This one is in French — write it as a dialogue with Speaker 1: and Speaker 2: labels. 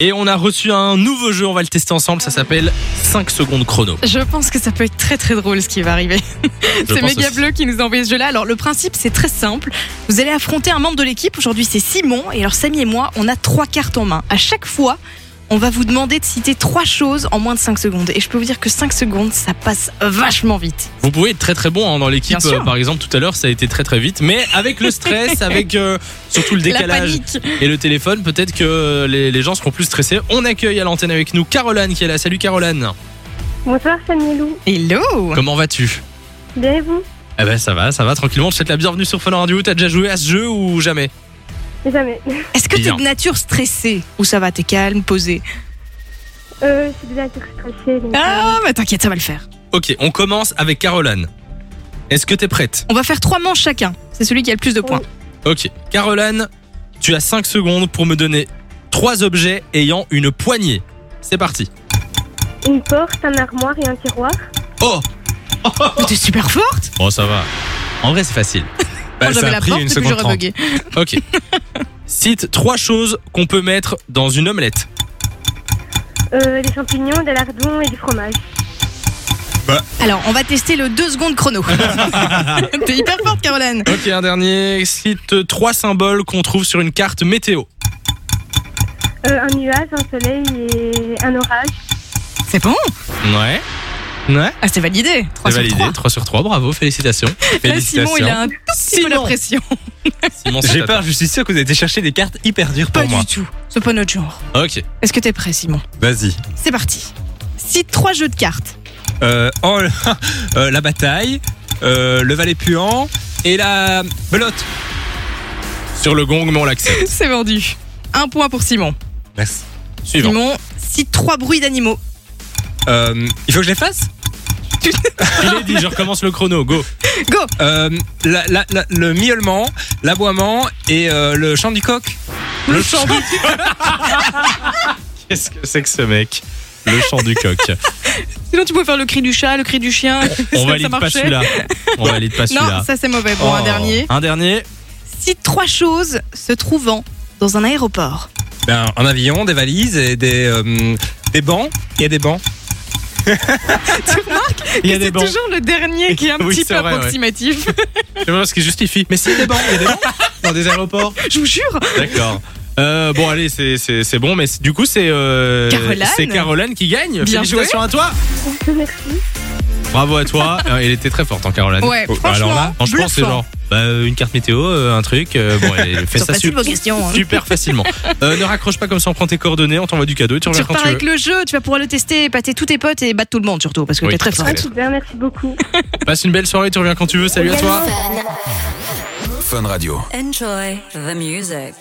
Speaker 1: Et on a reçu un nouveau jeu, on va le tester ensemble, ça s'appelle 5 secondes chrono.
Speaker 2: Je pense que ça peut être très très drôle ce qui va arriver.
Speaker 1: Je
Speaker 2: c'est
Speaker 1: pense
Speaker 2: Méga
Speaker 1: aussi.
Speaker 2: Bleu qui nous a envoyé ce jeu-là. Alors le principe c'est très simple. Vous allez affronter un membre de l'équipe. Aujourd'hui c'est Simon et alors Samy et moi on a trois cartes en main. À chaque fois on va vous demander de citer trois choses en moins de 5 secondes. Et je peux vous dire que 5 secondes ça passe vachement vite.
Speaker 1: Vous pouvez être très très bon hein, dans l'équipe,
Speaker 2: Bien sûr.
Speaker 1: par exemple tout à l'heure ça a été très très vite, mais avec le stress, avec euh, surtout le
Speaker 2: La
Speaker 1: décalage
Speaker 2: panique.
Speaker 1: et le téléphone, peut-être que les, les gens seront plus stressés. On accueille à l'antenne avec nous Caroline qui est là. Salut Caroline,
Speaker 3: Bonsoir Samuelou,
Speaker 2: Hello.
Speaker 1: comment vas-tu
Speaker 3: bien et vous
Speaker 1: Eh ben ça va, ça va tranquillement, je te souhaite la bienvenue sur Fun Radio, t'as déjà joué à ce jeu ou jamais
Speaker 3: Jamais.
Speaker 2: Est-ce que t'es
Speaker 1: Bien.
Speaker 2: de nature stressée ou ça va t'es calme posé
Speaker 3: Euh, je suis déjà très stressée. Donc, euh,
Speaker 2: Ah bah t'inquiète ça va le faire.
Speaker 1: Ok, on commence avec Caroline. Est-ce que t'es prête
Speaker 2: On va faire trois manches chacun. C'est celui qui a le plus de points.
Speaker 1: Ok, Caroline, tu as 5 secondes pour me donner trois objets ayant une poignée. C'est parti.
Speaker 3: euh, une porte, un armoire et un tiroir.
Speaker 1: Oh
Speaker 2: Mais T'es super forte.
Speaker 1: Bon, Oh, ça va. En vrai, c'est facile. Bah,
Speaker 2: Moi, j'avais la porte et puis j'aurais bugué.
Speaker 1: Ok. Cite trois choses qu'on peut mettre dans une omelette.
Speaker 3: Euh, des champignons, des lardons et du fromage.
Speaker 2: Alors, on va tester le 2 secondes chrono. T'es hyper forte, Caroline.
Speaker 1: Ok, un dernier. Cite trois symboles qu'on trouve sur une carte météo.
Speaker 3: Euh, un nuage, un soleil et un orage.
Speaker 2: C'est bon
Speaker 1: Ouais. Ouais.
Speaker 2: Ah, c'est validé.
Speaker 1: C'est
Speaker 2: 3 sur
Speaker 1: validé.
Speaker 2: 3.
Speaker 1: 3 sur 3, bravo, félicitations.
Speaker 2: Là, Simon, il a un tout petit peu la
Speaker 1: Simon.
Speaker 2: pression.
Speaker 1: Simon, c'est
Speaker 4: J'ai
Speaker 1: à
Speaker 4: peur, je suis sûr que vous avez été chercher des cartes hyper dures
Speaker 2: Pas
Speaker 4: pour moi.
Speaker 2: du tout. C'est pas notre genre.
Speaker 1: toi. Ok.
Speaker 2: Est-ce que t'es prêt, Simon
Speaker 4: Vas-y.
Speaker 2: C'est parti. Cite trois jeux de cartes.
Speaker 4: Euh, oh, euh, la bataille, euh, le valet puant et la belote.
Speaker 1: Sur le gong, mais on l'accepte.
Speaker 2: C'est vendu. Un point pour Simon.
Speaker 4: Merci.
Speaker 1: Suivant.
Speaker 2: Simon, cite trois bruits d'animaux.
Speaker 4: Euh, il faut que je les fasse
Speaker 1: Il est dit, je recommence le chrono, go.
Speaker 2: Go
Speaker 4: Euh, la- la- la- Le miaulement, l'aboiement et euh, le chant du coq.
Speaker 1: Le chant du Qu'est-ce que c'est que ce mec Le chant du coq.
Speaker 2: Sinon, tu peux faire le cri du chat, le cri du chien.
Speaker 1: On
Speaker 2: Ça
Speaker 1: valide pas
Speaker 2: marchait.
Speaker 1: celui-là. On valide pas celui-là.
Speaker 2: Non, ça c'est mauvais. Bon, un
Speaker 1: Oh.
Speaker 2: dernier.
Speaker 1: Un dernier.
Speaker 2: Cite trois choses se trouvant dans un aéroport.
Speaker 4: Ben, un avion, des valises et des, euh, des bancs. Il y a des bancs.
Speaker 2: tu remarques
Speaker 1: Il y a
Speaker 2: que
Speaker 1: des
Speaker 2: c'est
Speaker 1: bancs.
Speaker 2: toujours le dernier qui est un
Speaker 1: Oui,
Speaker 2: petit
Speaker 1: c'est
Speaker 2: peu
Speaker 1: vrai, ouais.
Speaker 2: approximatif.
Speaker 1: C'est pas ce qui justifie. Mais c'est des bancs, il y a des bancs dans des aéroports.
Speaker 2: Je vous jure.
Speaker 1: D'accord. Euh, bon allez c'est, c'est, c'est bon mais c'est- du coup c'est euh,
Speaker 2: Caroline.
Speaker 1: c'est Caroline qui gagne
Speaker 2: Bien
Speaker 1: félicitations à toi
Speaker 3: Merci.
Speaker 1: bravo à toi Euh, elle était très forte en Caroline Oh,
Speaker 2: Ouais, franchement,
Speaker 1: alors là franchement c'est
Speaker 2: bluffant.
Speaker 1: genre bah, une carte météo euh, un truc euh, bon elle fait
Speaker 2: Sur
Speaker 1: ça
Speaker 2: facile
Speaker 1: su-
Speaker 2: vos questions, hein.
Speaker 1: super facilement Euh, ne raccroche pas comme ça on prend tes coordonnées on t'envoie du cadeau et tu
Speaker 2: Tu
Speaker 1: reviens quand
Speaker 2: repars
Speaker 1: tu veux
Speaker 2: avec le jeu, tu vas pouvoir le tester, épater tous tes potes et battre tout le monde surtout, parce que
Speaker 1: Oui,
Speaker 2: t'es très
Speaker 1: parce
Speaker 2: fort.
Speaker 1: que-
Speaker 3: Ah, super, merci beaucoup.
Speaker 1: Passe une belle soirée, tu reviens quand tu veux. Salut à toi.
Speaker 3: Également.
Speaker 5: Enjoy the music.